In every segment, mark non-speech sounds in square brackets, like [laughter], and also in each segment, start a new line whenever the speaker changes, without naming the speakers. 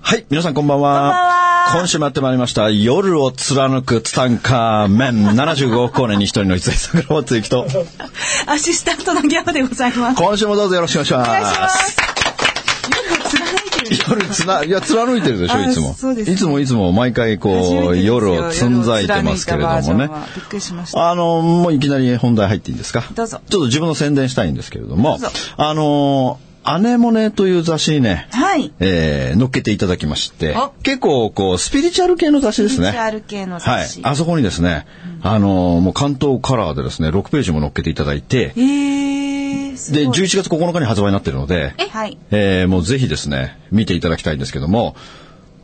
はい、皆さんこんばんは。今週もやってまいりました。夜を貫くツタンカーメン75億光年に一人の一斉桜をつゆきと、
アシスタントのギャオでございます。
今週もどうぞよろしくお願いします。
貫いてる
夜つな、いや、貫いてるでしょ、
あ
いつも。
そうですね
いつもいつも毎回
初めて
こ
で
う、
すよ
夜をつんざいてますけれど
夜を貫いたバー
も
ジョ
ね
ン。はびっくりしました。
あの、もういきなり本題入っていいんですか
どうぞ
ちょっと自分の宣伝したいんですけれども
どうぞ、
あの、アネモネという雑誌にね、
はい。
えー乗っけていただきまして
あ、
結構こう、スピリチュアル系の雑誌です
スピ
ね。
リチュアル系の雑誌
はい。あそこにですね、あのーもう関東カラーでですね、6ページも乗っけていただいて
え、ー、すご
で、
い。
11月9日に発売になってるので、
えはい。
えーもうぜひですね、見ていただきたいんですけども、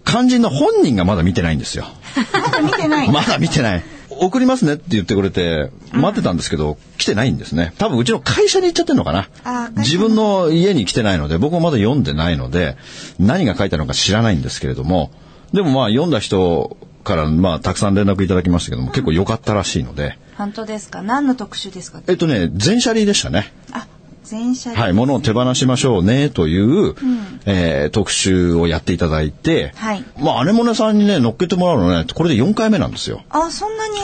肝心の本人がまだ見てないんですよ。
まだ見て [laughs] ない。
まだ見てない。送りますねって言ってくれて、待ってたんですけど、来てないんですね。多分うちの会社に行っちゃってるのか
あ
な
ー。会社
自分の家に来てないので、僕もまだ読んでないので、何が書いてあるのか知らないんですけれども、でもまあ読んだ人から、まあたくさん連絡いただきましたけども、結構良かったらしいので、
本当ですか何の特集ですか
えっとね、全シャリでしたね。
あ、全社で
はい、物を手放しましょうねという、えー特集をやっていただいて、
はい
まあ姉もねさんにね、乗っけてもらうのね、これで4回目なんですよ。
あ、そんなに。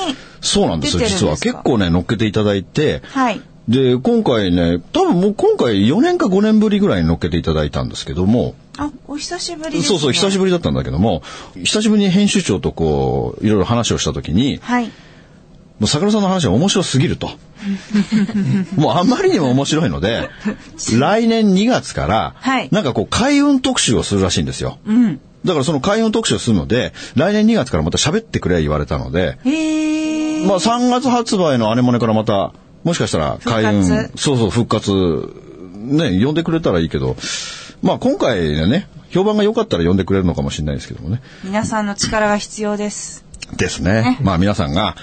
そうなんですよ、
出てるん
実は。
です
結
か
構ね、乗っけていただいて、
はい。
で、今回ね、多分もう今回4年か5年ぶりぐらいに乗っけていただいたんですけども、
あ、お久しぶりです、
そう
ね。
そう、久しぶりだったんだけども、久しぶりに編集長とこう、いろいろ話をしたときに、
はい。
もう桜さんの話は面白す
[laughs]
ぎると。もうあまりにも面白いので、来年2月から、
はい
なんかこう、開運特集をするらしいんですよ。
うん。
だからその開運特集をするので、来年2月からまた喋ってくれ言われたので、
へえ。
まあ3月発売の姉もねからまた、もしかしたら開運、
復活
そうそう、復活、ね、呼んでくれたらいいけど、まあ今回ね、評判が良かったら呼んでくれるのかもしれないですけどもね。
皆さんの力が必要です。
ですね。まあ皆さんが、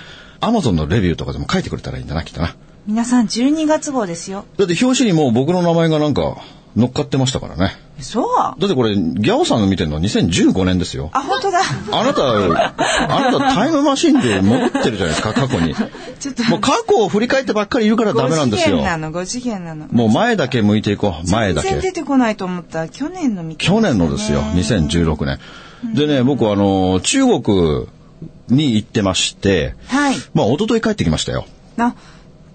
アマゾンのレビューとかでも書いてくれたらいいんだな、きっとな。
皆さん12月号ですよ。
だって表紙にもう僕の名前がなんか乗っかってましたからね。
そう。
だってこれ、ギャオさんの見てるの2015年ですよ。
あ、本
[laughs]
当だ。
あなた、あなたタイムマシンで戻ってるじゃないですか、過去に。
ちょっと。
もう過去を振り返ってばっかりいるからダメなんです
5次
よ
元。なの、5次元なの。
もう前だけ向いていこう、前だ
全然
け。
出てこないと思った。去年の見て
去年のですよ、2016年。でね、僕あの、中国に行ってまして、
はい。
まあ一昨日帰ってきましたよ。
な、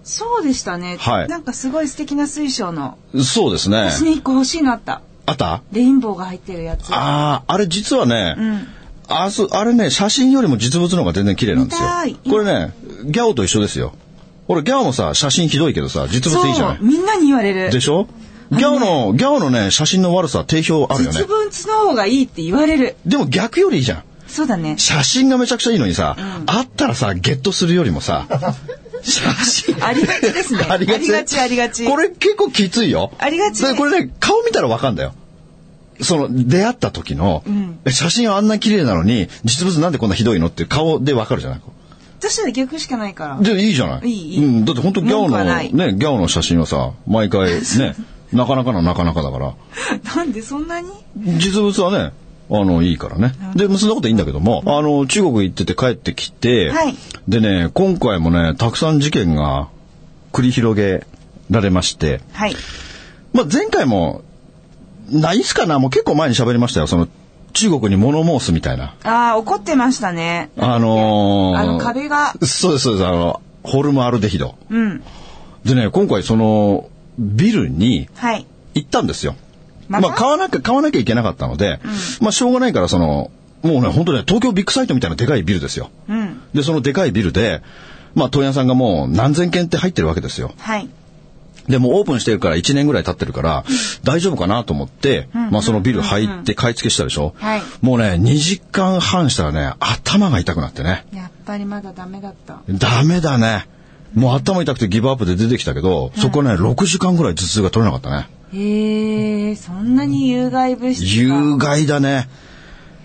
そうでしたね。
はい
なんかすごい素敵な水晶の。
そうですね。
私に一個欲しいのあった。
あった
レインボーが入ってるやつ。
ああ、あれ実はね、
ん
あそあれね、写真よりも実物の方が全然綺麗なんですよ
見たい。
これね、ギャオと一緒ですよ。俺、ギャオもさ、写真ひどいけどさ、実物いいじゃ
そ
な
う、
い
みんなに言われる。
でしょギャオの、ギャオのね、写真の悪さ、定評あるよね
実。物の方がいいって言われる。
でも逆よりいいじゃん。
そうだね。
写真がめちゃくちゃいいのにさ、あったらさ、ゲットするよりも
[laughs]
さ、写真。
ありがちですね
あり
あ
がち。
りがちありがち
これ結構きついよ。
ありがち
でこれね、顔見たらわかんだよ。その、出会った時の、え写真はあんな綺麗なのに、実物なんでこんなひどいのっていう顔でわかるじゃない
私は逆しかないから。 [laughs]
で、いいじゃない。
いいいい
うん、だって本当ギャオ
文句
の、
はな
ね、
い
ギャオの写真はさ、毎回ね、
[laughs]
なかなかのなかなかだから。
なんでそんなに
実物はね、あの、いいからね。で、もうそんなこといいんだけども、あの、中国行ってて帰ってきて、
はい
でね、今回もね、たくさん事件が繰り広げられまして、
はい。
まあ、前回も、ないっすかなもう結構前に喋りましたよ。その、中国に物申すみたいな。
ああ、怒ってましたね。
あのー
あの壁が。
そうです、そうです。あの、ホルムアルデヒド。
うん。
でね、今回その、ビルに
はい。
行ったんですよ。
ま
ま
た
あ、買わなきゃ、買わなきゃいけなかったので、まあ、しょうがないから、その、もうね、本当ね、東京ビッグサイトみたいなでかいビルですよ。
うん。
で、そのでかいビルで、まあ、問屋さんがもう何千件って入ってるわけですよ。
はい。
でもうオープンしてるから1年ぐらい経ってるから、大丈夫かなと思って、まあそのビル入って買い付けしたでしょ、
はい
もうね、2時間半したらね、頭が痛くなってね。
やっぱりまだダメだった。
ダメだね。もう頭痛くてギブアップで出てきたけど、そこね、6時間ぐらい頭痛が取れなかったね。
へえ、そんなに有害物質が。
有害だね。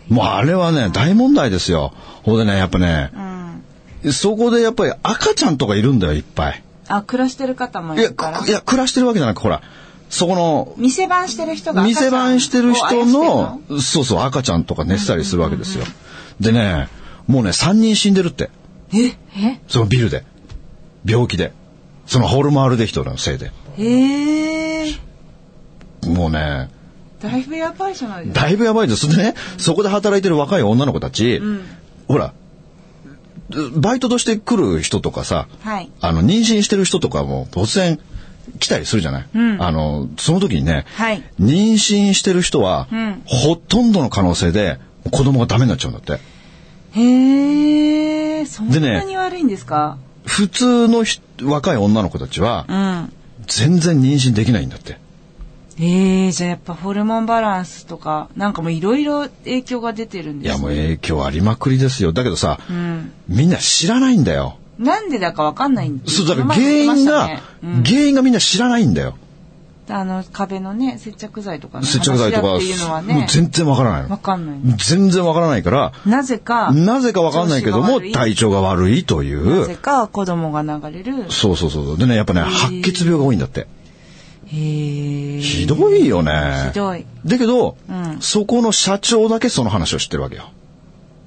もうあれはね、大問題ですよ。ほんでね、やっぱね、
うん。
そこでやっぱり赤ちゃんとかいるんだよ、いっぱい。
あ、暮らしてる方もい
いや、
るから
く。いや暮らしてるわけじゃなく、ほら、そこの、
店番してる人が赤ちゃん
店番してる人
をあや
の
してる、
そうそう、赤ちゃんとか寝てたりするわけですよ。でね、もうね、3人死んでるって。
え
そのビルで。病気で。そのホルマールデヒトのせいで。
えー、
もうね、
だいぶやばいじゃないですか。
だいぶやばいです。でね、そこで働いてる若い女の子たち、ほら、バイトとして来る人とかさ、
はい
あの、妊娠してる人とかも突然来たりするじゃない、あの、その時にね、
はい
妊娠してる人は、
ん
ほとんどの可能性で子供がダメになっちゃうんだって。
へえー、そん
でね
なに悪いんですか、
普通のひ若い女の子たちは、
うん。
全然妊娠できないんだって。
えー、じゃあやっぱホルモンバランスとか、なんかもういろいろ影響が出てる
い
んです
や、もう
う、
影響ありまくりですよ。だけどさ、
ん。
みんな知らないんだよ。
なんでだかわかんないんです
そう、だから原因が、原因がみんな知らないんだよ。
あの、壁のね、接着剤とかの
接着剤と
話だ
か、
っていうのは
もう
ね、
全然わからない
わ
の。
かんない。
全然わからないから、
なぜか、
なぜかわからないけども、体調が悪いとい
なぜ
う。
か子供が流れる。
そうそうそうそう。でね、やっぱね、白血病が多いんだって。
へえ。
ひどいよね。
ひどい。
だけど、
うん
そこの社長だけその話を知ってるわけよ。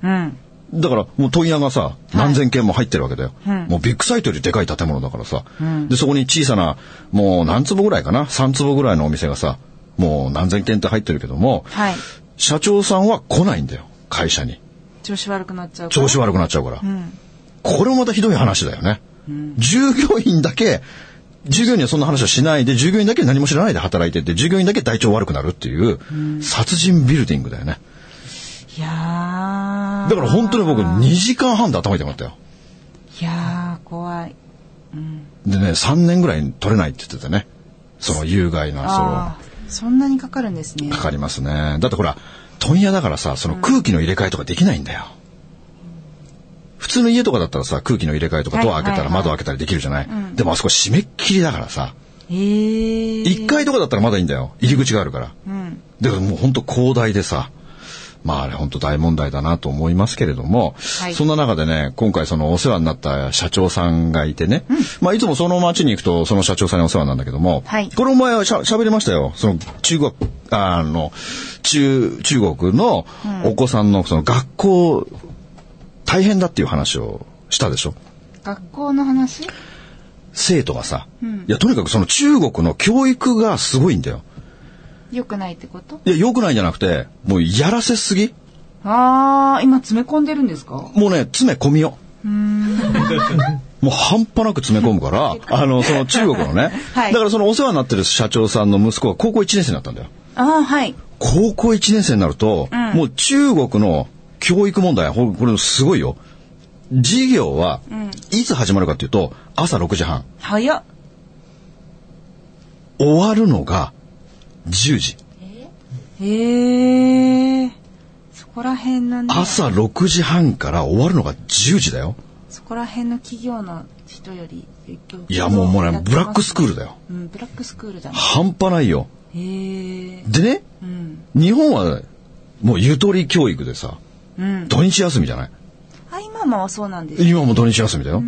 うん。
だからもう問屋がさ、何千件も入ってるわけだよ。
うん
もうビッグサイトよりでかい建物だからさ、で、そこに小さな、もう何坪ぐらいかな ?3 坪ぐらいのお店がさ、もう何千件って入ってるけども、
はい。
社長さんは来ないんだよ。会社に。
調子悪くなっちゃうから。
調子悪くなっちゃうから。
うん。
これもまたひどい話だよね。従業員だけ、従業員にはそんな話はしないで、従業員だけ何も知らないで働いてて、従業員だけ体調悪くなるっていう、殺人ビルディングだよね。
いやー。
だから本当に僕2
い
時間半で頭痛くなったよ。
やー、怖い。
でね、3年ぐらい取れないって言ってたね。その有害な
あ、ーそんなにかかるんですね
そう、。かかりますね。だってほら、問屋だからさ、その空気の入れ替えとかできないんだよ。普通の家とかだったらさ、空気の入れ替えとか
はい
ドア開けたら
はいはい
窓開けたりできるじゃない。でもあそこ締め切りだからさ、
えー。
1階とかだったらまだいいんだよ。入り口があるから。
うん。
だからもう本当広大でさ、まああれ本当大問題だなと思いますけれども、
はい
そんな中でね、今回そのお世話になった社長さんがいてね、まあいつもその町に行くとその社長さんにお世話なんだけども、
はい
これお前はしゃ喋りましたよ。その中国、あの、中、中国のお子さんのその学校、大変だっていう話をしたでしょ。
学校の話
生徒がさ、いやとにかくその中国の教育がすごいんだよ。
良くないってこと
いや、良くないんじゃなくて、もうやらせすぎ
あー、今詰め込んでるんですか
もうね、詰め込みよ。もう半端なく詰め込むから、あの、その中国のね、
はい
だからそのお世話になってる社長さんの息子が高校1年生になったんだよ。
あー、はい。
高校1年生になると、
ん
もう中国の教育問題、ほこれすごいよ。授業は、いつ始まるかっていうと、朝6時半。
早っ。
終わるのが10時。
へえ。そこら辺のね、
朝6時半から終わるのが10時だよ。
そこら辺の企業の人より、
いや、もうもうね、ブラックスクールだ
よ。
よ。
うん、ブラックスクールだね。
半端ないよ。
へえ。
でね、
うん。
日本はもうゆとり教育でさ、
うん。
土日休みじゃない
あ、今もそうなんです。
今も土日休みだよ。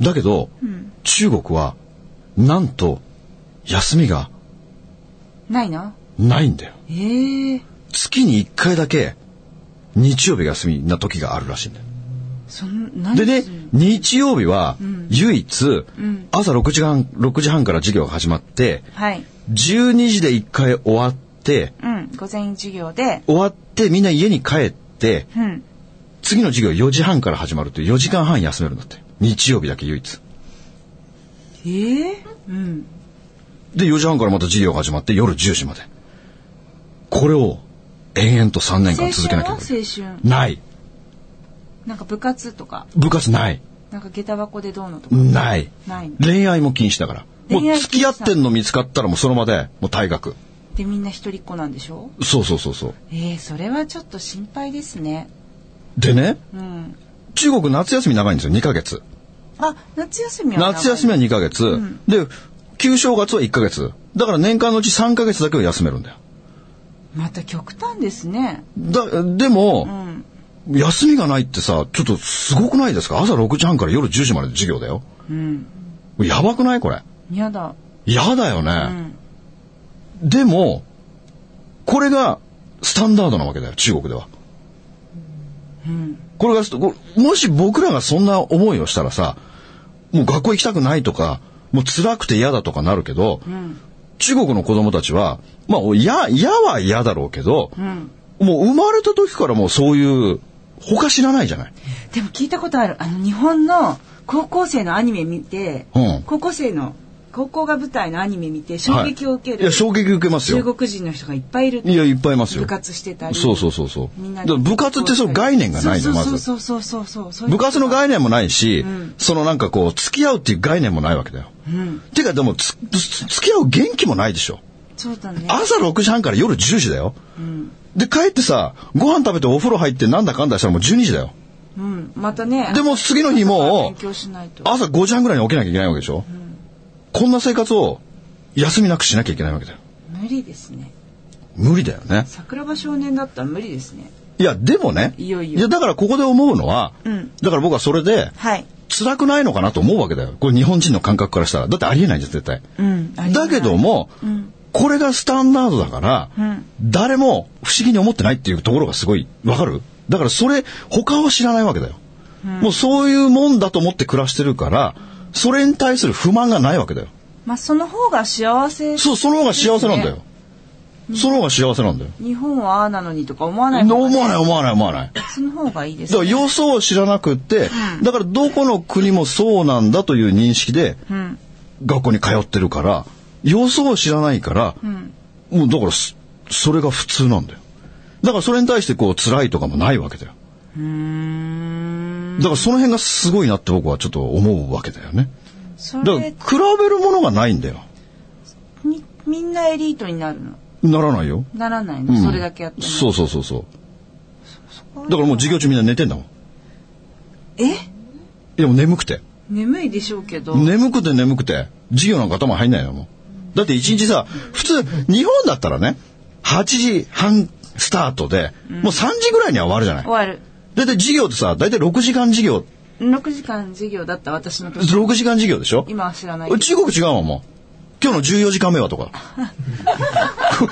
だけど、
うん。
中国は、なんと、休みが
ないの
ないんだよ。
ええ。
月に1回だけ、日曜日が休みな時があるらしいんだよ。
そん、何
でね
するの、
日曜日は
ん、
唯一、
ん
朝6時半、6時半から授業が始まって、
はい。
12時で1回終わって、
うん。午前授業で、
終わってみんな家に帰って、
うん。
次の授業4時半から始まるって4時間半休めるんだって。日曜日だけ唯一。
ええ。うん。
で、4時半からまた授業が始まって、夜10時まで。これを、延々と3年間
青
続け
春
なき
は
ゃ
青
いけない。
春。
ない。
なんか部活とか、
部活ない。
なんか下駄箱でどうのとか。
ない。
ないの。
恋愛も禁止だから。も
恋
う
愛
付き合ってんの見つかったらもうその場で、もう退学。
で、みんな一人っ子なんでしょ
そうそうそうそう。
ええ、それはちょっと心配ですね。
でね、
うん。
中国夏休み長いんですよ、2ヶ月。
あ、夏休みは長い
夏休みは2ヶ月。で、旧正月は1ヶ月。だから年間のうち3ヶ月だけを休めるんだよ。
また極端ですね。
だ、でも、
うん。
休みがないってさ、ちょっとすごくないですか朝6時半から夜10時まで授業だよ。
うん。
やばくないこれ。
やだ。
嫌だよ
う
ね、
ん。
でも、これがスタンダードなわけだよ、中国では。これがスこれもし僕らがそんな思いをしたらさ、もう学校行きたくないとか、もう辛くて嫌だとかなるけど、
ん
中国の子供たちは、まあ、嫌、嫌は嫌だろうけど、
うん。
もう生まれた時からもうそういう、他知らないじゃない。
でも聞いたことある。あの、日本の高校生のアニメ見て、
うん
高校生の、高校が舞台のアニメ見て衝撃を受け
はい、い
る、
や、衝撃受けますよ。
中国人の人がいっぱいいる。
いや、いっぱいいますよ。
部活してたり。
そうそうそうそう。
みんな
だか
で
ら部活ってそういう概念がないの、まず。
そうそうそうそうそうそう。
部活の概念もないし、
ん
そのなんかこう、付き合うっていう概念もないわけだよ。
うん。
てかでもつ、つ付き合う元気もないでしょ。
そうだね。
朝6時半から夜10時だよ。
うん。
で、帰ってさ、ご飯食べてお風呂入ってなんだかんだしたらもう12時だよ。
うん。またね。
でも次の日も
勉、強しないと。
朝5時半ぐらいに起きなきゃいけないわけでしょ。こんな生活を休みなくしなきゃいけないわけだよ。
無理ですね。
無理だよね。
桜庭少年だったら無理ですね。
いや、でもね。
いよいよ
や、だからここで思うのは、
うん
だから僕はそれで、
はい。
辛くないのかなと思うわけだよ。これ日本人の感覚からしたら。だってありえないじゃん、絶対。
うん。ありえな
だ
い
けど。も、
うん。
これがスタンダードだから、
うん
誰も不思議に思ってないっていうところがすごいわかるだからそれ他を知らないわけだよ、もうそういうもんだと思って暮らしてるからそれに対する不満がないわけだよ
まあ、その方が幸せ。
そうその方が幸せなんだよ、その方が幸せなんだよ、
日本はああなのにとか思わない方が
思わない思わない思わない
その方がいいで
だ
す
から
ね。
よそを知らなくって、だからどこの国もそうなんだという認識で
うん。
学校に通ってるからよそを知らないから、
うん。
もうだからそ、それが普通なんだよ。だからそれに対してこう辛いとかもないわけだよ。
うーん。
だからその辺がすごいなって僕はちょっと思うわけだよね。
そ
だから
れ
比べるものがないんだよ。
に、みんなエリートになるの
ならないよ。
ならない
うん
のそれだけやっても。
そうそうそうそう。だからもう授業中みんな寝てんだもん。い
え
やもう眠くて。
眠いでしょうけど。
眠くて眠くて。授業なんか頭入んないのもう。だって一日さ、普通、日本だったらね、8時半スタートで、もう3時ぐらいには終わるじゃない
終。わる。
だいたい授業ってさ、だいたい6時間授業、
6時間授業だった私の時。
6時間授業でしょ
今は知らないけど。
中国違うわもう今日の14時間目はと
[laughs]
か [laughs] こ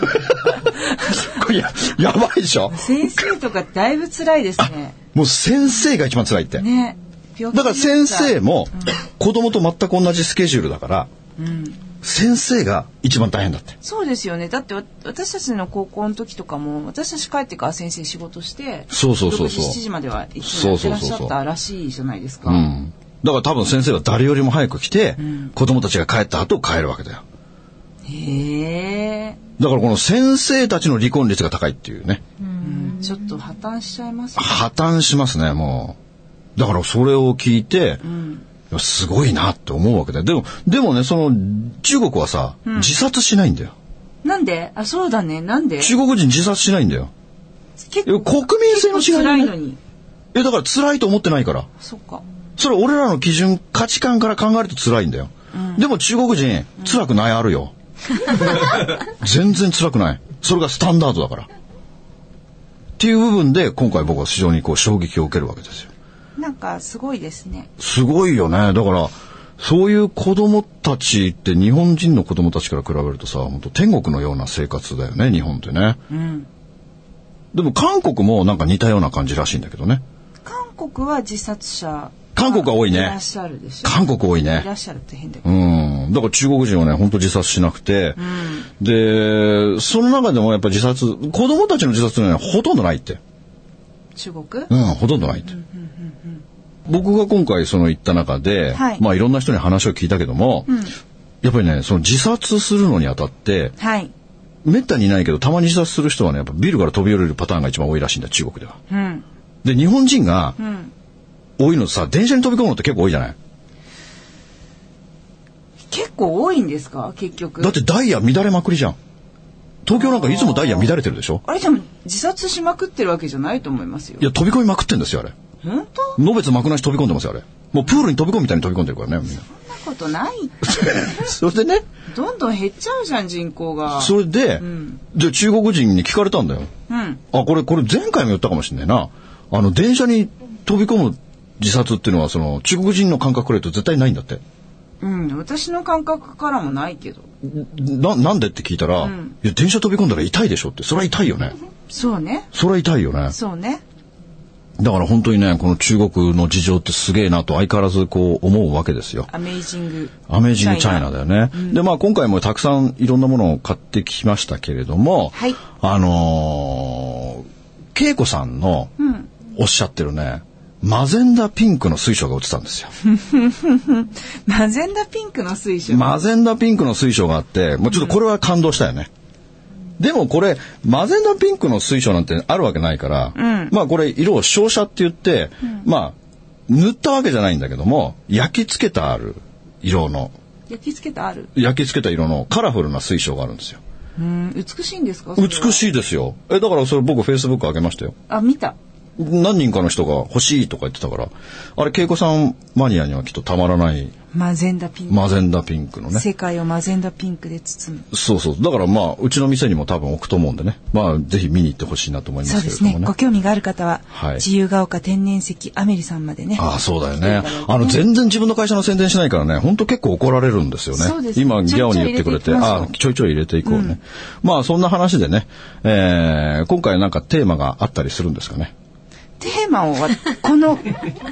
れややばいでしょ
先生とかだいぶ辛いですね。
もう先生が一番辛いって、
ね。病気
だから先生も
うん
子供と全く同じスケジュールだから、先生が一番大変だって
そうですよね。だってわ私たちの高校の時とかも、私たち帰ってから先生仕事して、
そうそうそうそう
6時7時まではいつもやってらっしゃったらしいじゃないですか。
うんだから多分先生は誰よりも早く来て、子供たちが帰った後帰るわけだよ
へえ、
だからこの先生たちの離婚率が高いっていうね
ちょっと破綻しちゃいますね。
破綻しますねもうだからそれを聞いて、いやすごいなって思うわけだよでもでもねその中国はさ、自殺しないんだよ
なんであ、そうだね。なんで
中国人自殺しないんだよ
結
いや国民性の違いだ
辛
ね
いのに。
えだから辛いと思ってないから
そっか。
それ俺らの基準価値観から考えると辛いんだよ、でも中国人辛くないある
[laughs]
よ全然辛くないそれがスタンダードだからっていう部分で今回僕は非常にこう衝撃を受けるわけですよ
なんかすごいですね。
すごいよね。だから、そういう子供たちって日本人の子供たちから比べるとさ、本当天国のような生活だよね、日本ってね。
うん。
でも韓国もなんか似たような感じらしいんだけどね。
韓国は自殺者。
韓国は多いね
いらっしゃるでしょ。
韓国多い
いら
ね。
っしゃるって変だけど。
うん。だから中国人はね、本当自殺しなくて、で、その中でもやっぱ自殺、子供たちの自殺はね、ほとんどないって。
中国
うん、ほとんどないって。僕が今回その行った中で、
はい
まあいろんな人に話を聞いたけども、やっぱりね、その自殺するのにあたって、
はい。
めったにいないけど、たまに自殺する人はね、やっぱビルから飛び降りるパターンが一番多いらしいんだ、中国では。
うん。
で、日本人が
ん
多いのさ、電車に飛び込むのって結構多いじゃない
結構多いんですか結局。
だってダイヤ乱れまくりじゃん。東京なんかいつもダイヤ乱れてるでしょ
あれでも自殺しまくってるわけじゃないと思いますよ
い。や、飛び込みまくってんですよ、あれ。
本当そん
のべつ幕なし飛び込んでますよ、あれ。もうプールに飛び込むみたいに飛び込んでるからね、みんな。
なことないって。
[laughs] それでね、
どんどん減っちゃうじゃん、人口が。
それで、
ん
で、中国人に聞かれたんだよ。
うん。
あ、これ、これ前回も言ったかもしんないな。あの、電車に飛び込む自殺っていうのは、その、中国人の感覚くらいと絶対ないんだって。
うん、私の感覚からもないけど。
な、なんでって聞いたら、
うん
いや、電車飛び込んだら痛いでしょって、それは痛いよね。
そうね。
それは痛いよね。
そうね。
だから本当にね、この中国の事情ってすげえなと相変わらずこう思うわけですよ。
アメイジング。
アメージングチャイナだよね。で、まあ今回もたくさんいろんなものを買ってきましたけれども、
はい
あのー、恵子さんの
うん。
おっしゃってるね、マゼンダピンクの水晶が売ってたんです
[laughs]
よ。
マゼンダピンクの水晶。
マゼンダピンクの水晶があって、もうちょっとこれは感動したよね。でもこれ、マゼンダピンクの水晶なんてあるわけないから、
うん
まあこれ色を照射って言って、まあ塗ったわけじゃないんだけども、焼き付けたある色の、
焼き付けてある。
焼き付けた色のカラフルな水晶があるんですよ。
うん、美しいんですか
美
い。
しいですよ。え、だからそれ僕フェイスブック上げましたよ。
あ、見た。
何人かの人が欲しいとか言ってたから、あれ、恵子さんマニアにはきっとたまらない
マゼンダピンク。
マゼンダピンクのね。
世界をマゼンダピンクで包む。
そうそう。だからまあ、うちの店にも多分置くと思うんでね。まあ、ぜひ見に行ってほしいなと思いま
そう
す
で
けれ
す
どもね。
ね。ご興味がある方は、
はい
自由が丘天然石アメリさんまでね。
ああ、そうだよね。あの、全然自分の会社の宣伝しないからね、ほんと結構怒られるんですよね。
そうです
今、ギャオに言ってくれて、
ちょいちょい入れていきましょう
ああ、ちょいちょい入れていこうね。まあ、そんな話でね、えー、今回なんかテーマがあったりするんですかね。
テーマを
[laughs]
わ、この、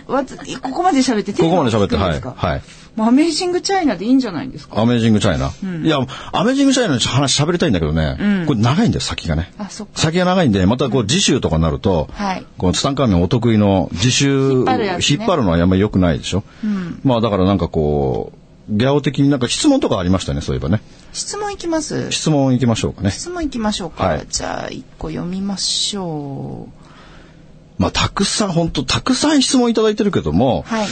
わここまで喋ってテ
こ
ー
こ
マ
ま
を
で喋
聞
って、
くん
は
で
い。
すか
はい。
まあアメージングチャイナでいいんじゃないですか
アメージングチャイナ。いや、アメージングチャイナの話喋りたいんだけどね、これ長いんだよ、先がね。
あ、そっか。
先が長いんで、またこう、次週とかになると、
はい
このツタンカーメンお得意の自習
引っ張るやつね
引っ張るのはあんまり良くないでしょ、まあだからなんかこう、ギャオ的になんか質問とかありましたね、そういえばね。
質問いきます
質問行きましょうかね。
質問いきましょうか。
はい
じゃあ、一個読みましょう。
まあたくさん、本当たくさん質問いただいてるけども、
はい。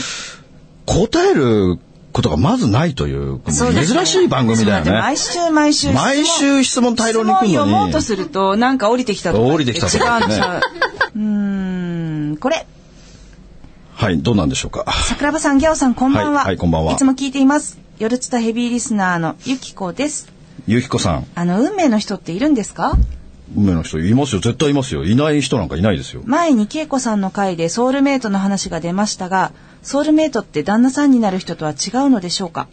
答えることがまずないという、
そうですね
珍しい番組だよ
ちょっと
ね。
待って毎週毎週質問。
毎週質問大量に来るのに
質問読もうとすると、なんか降りてきたとか言っ。
降りてきたとか言
違う
っ
ん
てね
ちゃう。うーん、これ。
はい、どうなんでしょうか。
桜庭さん、ギャオさん、こんばんは。
はいはいこんばんはい
つも聞いています。夜つたヘビーリスナーのゆきこです。
ゆきこさん、
あの、運命の人っているんですか
運命の人いますよ、絶対いますよ。いない人なんかいないですよ。
前に恵子さんの回でソウルメイトの話が出ましたが、ソウルメイトって旦那さんになる人とは違うのでしょうか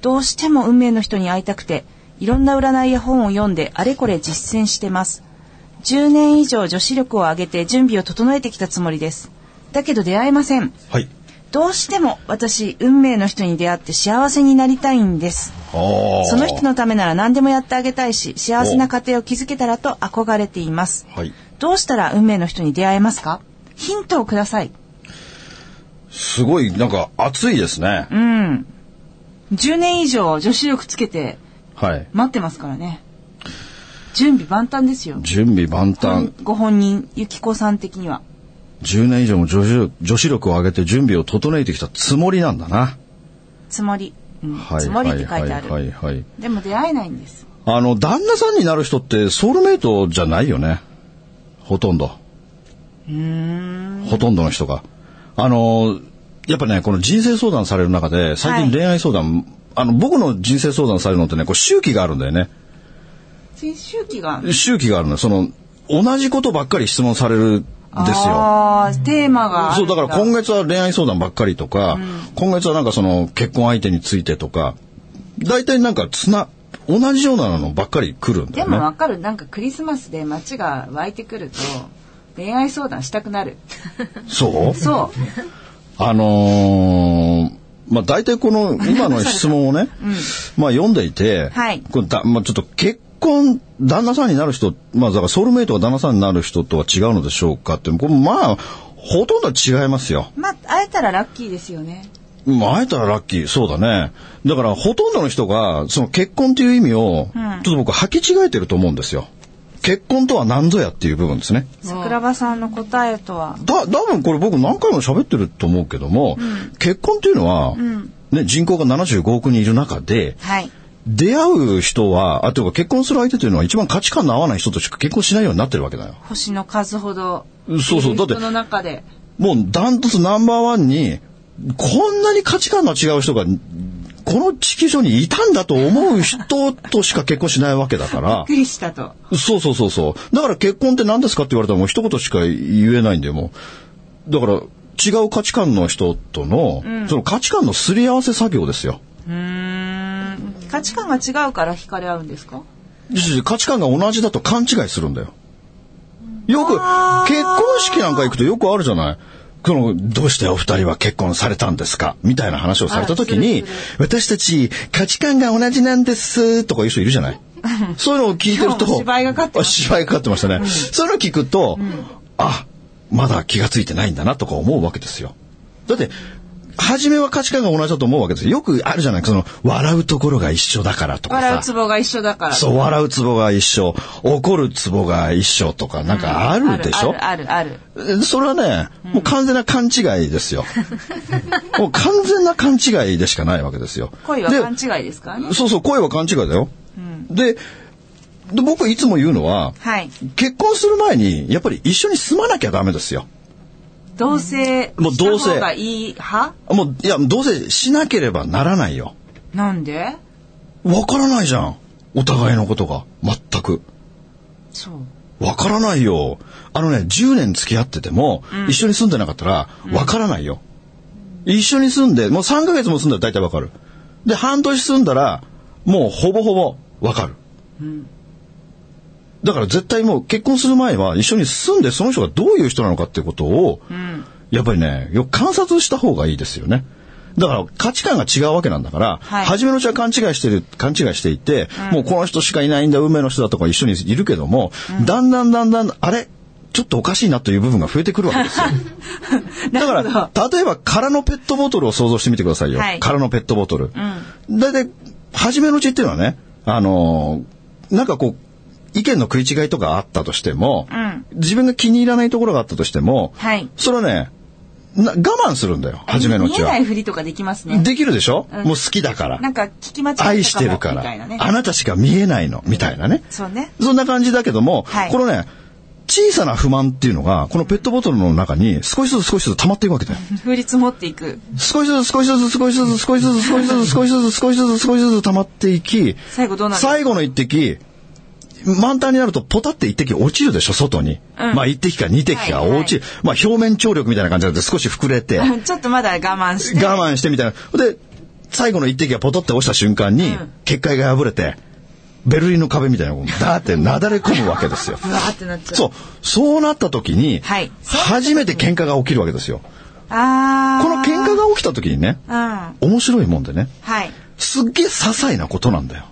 どうしても運命の人に会いたくて、いろんな占いや本を読んであれこれ実践してます。10年以上女子力を上げて準備を整えてきたつもりです。だけど出会えません。
はい。
どうしても私、運命の人に出会って幸せになりたいんです。
ああ。
その人のためなら何でもやってあげたいし、幸せな家庭を築けたらと憧れています。
はい。
どうしたら運命の人に出会えますかヒントをください。
すごい、なんか熱いですね。
うん。10年以上女子力つけて
はい。
待ってますからね。準備万端ですよ。
準備万端。
ご本人、ゆきこさん的には。
10年以上も女子女子力を上げて準備を整えてきたつもりなんだな。
つもり。うん
はい。
つもりって書いてあ
はい
る。
はいはいはい。
でも出会えないんです。
あの、旦那さんになる人ってソウルメイトじゃないよね。ほとんど。
うーん。
ほとんどの人が。あの、やっぱね、この人生相談される中で、最
はい
近恋愛相談、あの、僕の人生相談されるのってね、こう周期があるんだよね。
先週期が。
周期があるのよ。その、同じことばっかり質問されるんですよ。
あーテーマがあ
そ
るん。
う、だから今月は恋愛相談ばっかりとか、今月はなんかその結婚相手についてとか、大体なんかつな、同じようなのばっかり来るんだ
で
よね。
もわかる。なんかクリスマスで街が湧いてくると、恋愛相談したくなる。
そう
そう。
あのーまあ、大体この今の質問を
[laughs]
ね、まあ読んでいて、
はい
これだまあ、ちょっと結婚、旦那さんになる人、まあ、だからソウルメイトが旦那さんになる人とは違うのでしょうかって、これまあ、ほとんど違いますよ。
まあ、会えたらラッキーですよね。
まあ、会えたらラッキー。そうだね。だから、ほとんどの人が、その結婚という意味を、
うん
ちょっと僕、履き違えてると思うんですよ。結婚とは何ぞやっていう部分ですね。
桜庭さんの答えとは。
だ、多分これ僕何回も喋ってると思うけども、結婚っていうのは、ね、人口が75億人いる中で、
はい。
出会う人は、あ、というか結婚する相手というのは一番価値観の合わない人としか結婚しないようになってるわけだよ。
星の数ほど。
そうそうだって
人の中で。
もうダントツナンバーワンに、こんなに価値観の違う人が、この地球上にいたんだと思う人としか結婚しないわけだか
び
ら
っ、くりしたと。
そうそうそうそう。だから結婚って何ですかって言われたらもう一言しか言えないんだよ、もう。だから、違う価値観の人との、その価値観のすり合わせ作業ですよ。
うーん価値観が違うから惹かれ合うんですか
価値観が同じだと勘違いするんだよ。よく、結婚式なんか行くとよくあるじゃないこの、どうしてお二人は結婚されたんですかみたいな話をされた時に、私たち価値観が同じなんですとかいう人いるじゃ
[laughs]
ないそういうのを聞いてると、
今日も芝居がかってました
あ芝居がかってましたね。そういうの聞くと、あ、まだ気がついてないんだなとか思うわけですよ。だって、初めは価値観が同じだと思うわけですよ。よくあるじゃないその、笑うところが一緒だからとかさ。
笑うツボが一緒だか
[laughs]
ら
そう、笑うツボが一緒、怒るツボが一緒とか、なんかあるでしょ、
あるあるある
えそれはね、もう完全な勘違いです
[laughs]
よ。もう完全な勘違いでしかないわけですよ。
恋は
で
勘違いですからね
そうそう、恋は勘違いだよ。で、で僕いつも言うのは、
はい
結婚する前に、やっぱり一緒に住まなきゃダメですよ。
同性
もう同棲
した方がいい派
もう、いや、どうせしなければならないよ。
なんで
わからないじゃん。お互いのことが。全く。
そう
わからないよ。あのね、10年付き合ってても、一緒に住んでなかったら、わからないよ、一緒に住んで、もう3ヶ月も住んだら大体わかる。で、半年住んだら、もうほぼほぼわかる。だから絶対もう結婚する前は一緒に住んでその人がどういう人なのかってことを、やっぱりね、よく観察した方がいいですよね。だから価値観が違うわけなんだから、
はい
初めのうちは勘違いしてる、勘違いしていて、もうこの人しかいないんだ、運命の人だとか一緒にいるけども、だんだんだんだん、あれちょっとおかしいなという部分が増えてくるわけですよ。だ
なるほ
から、例えば空のペットボトルを想像してみてくださいよ。
はい
空のペットボトル。だいたい、初めのうちっていうのはね、あのーなんかこう、意見の食い違いとかあったとしても、
ん
自分が気に入らないところがあったとしても、
はい
それはね、な我慢するんだよ、初めのうち
見えな
は。
いふりとかできますね
できるでしょ、
うん
もう好きだから。
なんか聞き間違えたかも
愛してるか
みたいな
ら、
ね
あなたしか見えないの、みたいなね。
そうね [laughs]
そんな感じだけども、
はい
このね、小さな不満っていうのが、このペットボトルの中に少しずつ少しずつ溜まっていくわけだよ。
振り積もっていく
少しずつ少しずつ少しずつ少しずつ少しずつ少しずつ少しずつ少しずつ溜まっていき、
最後どうなる
最後の一滴、満タンになるとポタって一滴落ちるでしょ、外に。
うん
まあ一滴か二滴か
はいはい
落ちる。まあ表面張力みたいな感じで少し膨れて、我
[laughs] ちょっとまだ我慢して
慢してみたいな。で、最後の一滴がポトって落ちた瞬間に
うん、
結界が破れて、ベルリンの壁みたいなのがダーってなだれ込むわけですよ。
ぶわーってなっちゃう
そう、そうなった時に、
はい
初めて喧嘩が起きるわけですよ。
ああ
この喧嘩が起きた時にね、
うん
面白いもんでね、
はい
すっげえ些細なことなんだよ。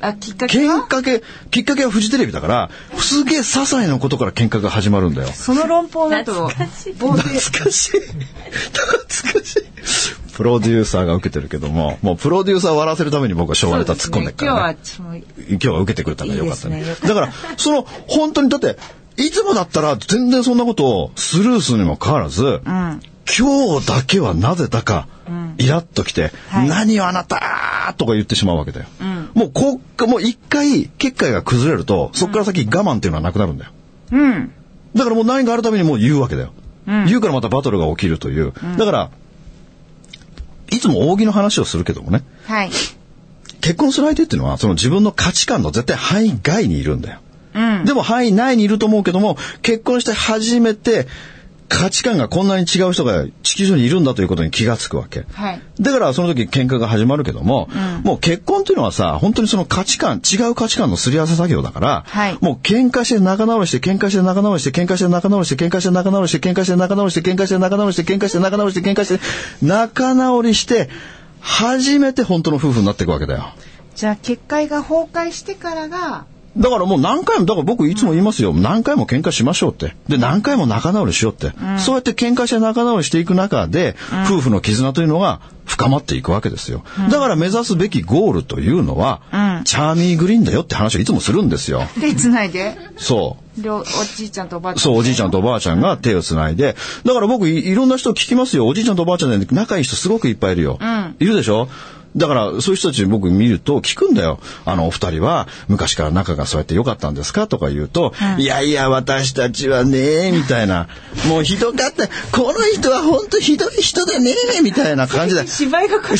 あきっかけ
喧
は
嘩け、きっかけはフジテレビだから、すげえ些細なことから喧嘩が始まるんだよ。
その論法だと暴
懐
政
かしい。懐かしい。プロデューサーが受けてるけども、もうプロデューサーを笑わせるために僕は昭和ネタ突っ込んでっから、ね。
そうですね今日はちょっと
今日は受けてくれたからよかったね。
いいです
だから、その、本当に、だって、いつもだったら全然そんなことをスルーするにもかかわらず、今日だけはなぜだか、イラッときて、
はい
何よあなたとか言ってしまうわけだよ。もうこう、もう一回、結界が崩れると、そこから先我慢っていうのはなくなるんだよ。
うん
だからもう何かあるためにもう言うわけだよ。言うからまたバトルが起きるという。だから、いつも扇の話をするけどもね、
はい
結婚する相手っていうのは、その自分の価値観の絶対範囲外にいるんだよ。
うん
でも範囲内にいると思うけども、結婚して初めて価値観がこんなに違う人が地球上にいるんだということに気がつくわけ。
はい
だからその時喧嘩が始まるけども、もう結婚っていうのはさ、本当にその価値観、違う価値観のすり合わせ作業だから、
はい
もう喧嘩して仲直りして、喧嘩して仲直りして、喧嘩して仲直りして、喧嘩して仲直りして、喧嘩して仲直りして、喧嘩して仲直りして、喧嘩して仲直りして、喧嘩して、仲直りして、初めて本当の夫婦になっていくわけだよ。
じゃあ結界が崩壊してからが
だからもう何回も、だから僕いつも言いますよ。何回も喧嘩しましょうって。で、何回も仲直りしようって。そうやって喧嘩して仲直りしていく中で、夫婦の絆というのが深まっていくわけですよ。だから目指すべきゴールというのは、チャーミーグリーンだよって話をいつもするんですよ。
手つないで
そう。
両おじいちゃんとおばあちゃん
そう、おじいちゃんとおばあちゃんが手をつないで、だから僕い、いろんな人聞きますよ。おじいちゃんとおばあちゃんで仲いい人すごくいっぱいいるよ。いるでしょだから、そういう人たち僕見ると聞くんだよ。あの、お二人は昔から仲がそうやって良かったんですかとか言うと、いやいや、私たちはね、みたいな。もうひどかった。この人は本当ひどい人だね、みたいな感じで。
芝居がかかる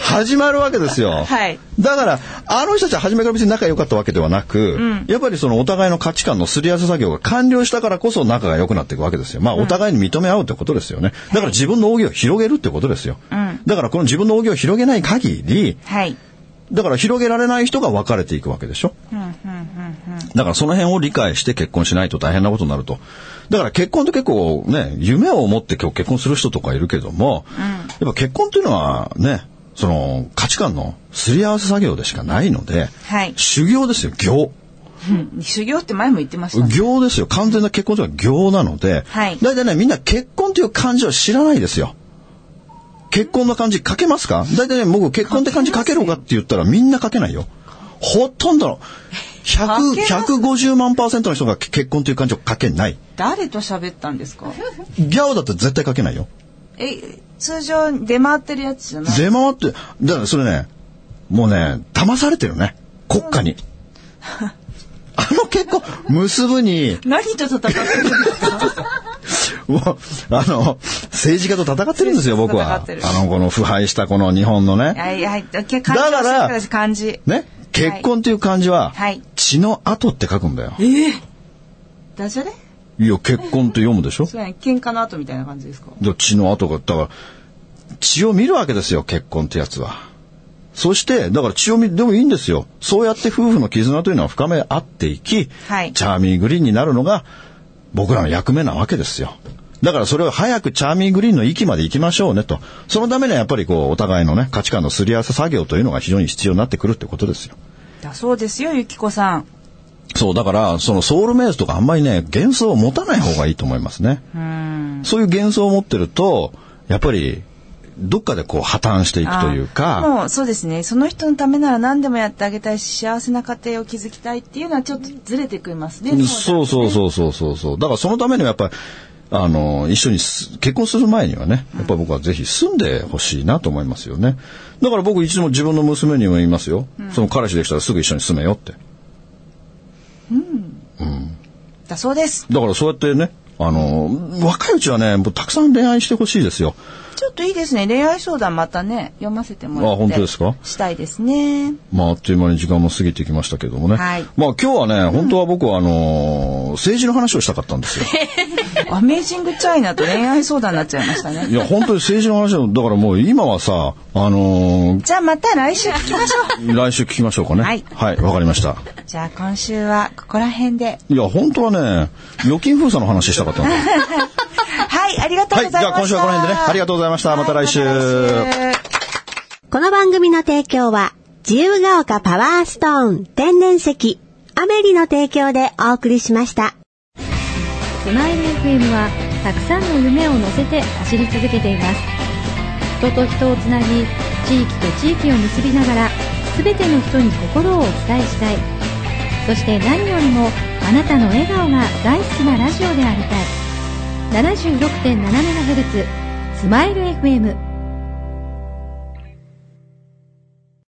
始まるわけですよ。
はい
だから、あの人たちは初めから別に仲良かったわけではなく、やっぱりそのお互いの価値観のすり合わせ作業が完了したからこそ仲が良くなっていくわけですよ。まあ、お互いに認め合うってことですよね。だから自分の奥義を広げるってことですよ。だからこの自分の奥義を広げない限り、
はい。
だから広げられない人が分かれていくわけでしょ。だからその辺を理解して結婚しないと大変なことになると。だから結婚って結構ね、夢を持って今日結婚する人とかいるけども、やっぱ結婚っていうのはね、その価値観のすり合わせ作業でしかないので、
はい
修行ですよ、行。
うん修行って前も言ってましたね。
行ですよ。完全な結婚というのは行なので、
はい
大体ね、みんな結婚という漢字は知らないですよ。結婚の漢字書けますか大体ね、僕結婚って漢字書けるかって言ったらみんな書けないよ。ほとんどの、
書
100、
けます
150万パーセントの人が結婚という漢字を書けない。
誰と喋ったんですか
ギャオだって絶対書けないよ。
え、通常出回ってるやつじゃない
出回って、だからそれね、もうね、騙されてるね。国家に。 [laughs] あの結婚、結ぶに、
何と戦ってるんですか
[laughs] もう、あの、政治家と戦ってるんですよ、僕は。
政治家と戦って
あ
る
の、この腐敗したこの日本のね。
[laughs] はいはい。漢
だから
字教えてください漢字。
ね。結婚っていう漢字は
はい、
血の跡って書くんだよ。
ええダジャレ
いや、結婚って読むでしょ
それは喧嘩の後みたいな感じですか
で血の跡が、だから、血を見るわけですよ、結婚ってやつは。そして、だから血を見、でもいいんですよ。そうやって夫婦の絆というのは深め合っていき、
はい
チャーミーグリーンになるのが僕らの役目なわけですよ。だからそれを早くチャーミーグリーンの域まで行きましょうねと。そのためにはやっぱりこう、お互いのね、価値観のすり合わせ作業というのが非常に必要になってくるってことですよ。
だそうですよ、ゆきこさん。
そう、だから、そのソウルメイトとかあんまりね、幻想を持たない方がいいと思いますね。そういう幻想を持ってると、やっぱり、どっかでこう破綻していくという
あ
か、
もうそうですね。その人のためなら何でもやってあげたいし、幸せな家庭を築きたいっていうのはちょっとずれてくれますね。
そうそうそうそうそうそう。だからそのためにはやっぱり、あの、一緒にす結婚する前にはね、やっぱり僕はぜひ住んでほしいなと思いますよね。だから僕いつも自分の娘にも言いますよ。その彼氏できたらすぐ一緒に住めよって。
だそうです。
だからそうやってね、あの、若いうちはね、もうたくさん恋愛してほしいですよ。
ちょっといいですね。恋愛相談またね、読ませてもらって。
あ本当ですか
したいですね。
まあ、あっという間に時間も過ぎてきましたけどもね。
はい
まあ、今日はね、本当は僕は、あのー政治の話をしたかったんですよ。 [laughs]
アメージングチャイナと恋愛相談になっちゃいましたね
い。や、本当に政治の話を、だからもう今はさ、あのー
じゃあまた来週聞きましょ
来週聞きましょうかね。
はい
はい、わかりました。
う。じゃあ今週はここら辺で。
いや、本当はね、預金封鎖の話したかったんですよ
はい、ありがとう
は
ご
い、じ
ざい
ゃ
ました。
あ今週はこの辺でね、ありがとうございました。また来週。
はいまた来週
この番組の提供は、自由が丘パワーストーン天然石、アメリの提供でお送りしました。
スマイル FM はたくさんの夢を乗せて走り続けています人と人をつなぎ地域と地域を結びながら全ての人に心をお伝えしたいそして何よりもあなたの笑顔が大好きなラジオでありたい 76.7MHz スマイル FM